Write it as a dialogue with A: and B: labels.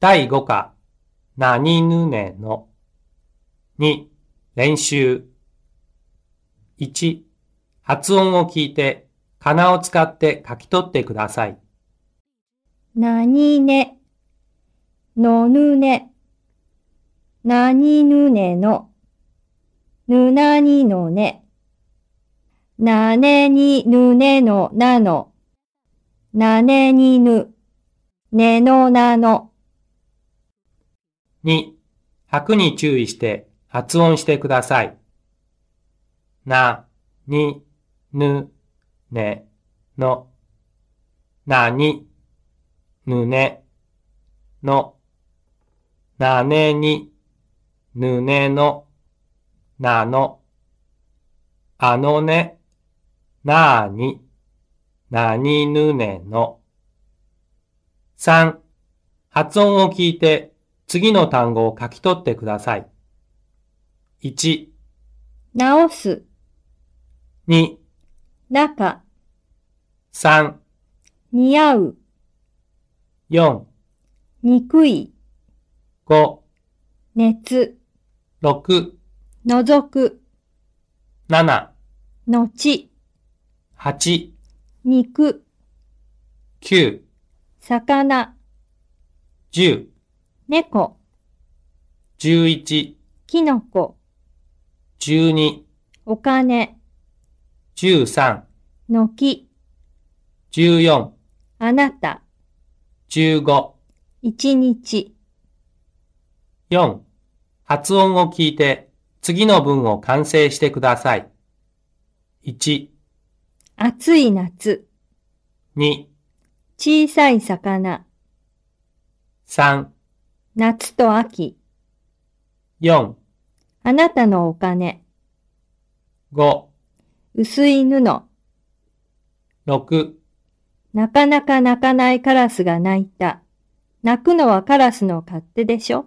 A: 第5課、なにぬねの。2、練習。1、発音を聞いて、かなを使って書き取ってください。
B: なにね、のぬね、なにぬねの、ぬなにのね、なねにぬねのなの、なねにぬ、ねのなの、
A: 2、拍に注意して発音してください。な、に、ぬ、ね、の。なに、ぬね、の。なねに、ぬねの、なの。あのね、なーに、なにぬねの。3、発音を聞いて次の単語を書き取ってください。1、
B: 直す、
A: 2、
B: 中、
A: 3、
B: 似合う、
A: 4、
B: 憎い、
A: 5、
B: 熱、
A: 6、
B: 覗く、
A: 7、
B: 後、
A: 8、
B: 肉、
A: 9、
B: 魚、
A: 10、
B: 猫、
A: 11、
B: キノコ、
A: 12、
B: お金、
A: 13、
B: 軒、
A: 14、
B: あなた、
A: 15、
B: 一日、
A: 4、発音を聞いて次の文を完成してください。1、
B: 暑い夏、
A: 2、
B: 小さい魚、
A: 3、
B: 夏と秋、
A: 4、
B: あなたのお金、
A: 5、
B: 薄い布、な
A: 6、
B: かなか泣かないカラスが泣いた。泣くのはカラスの勝手でしょ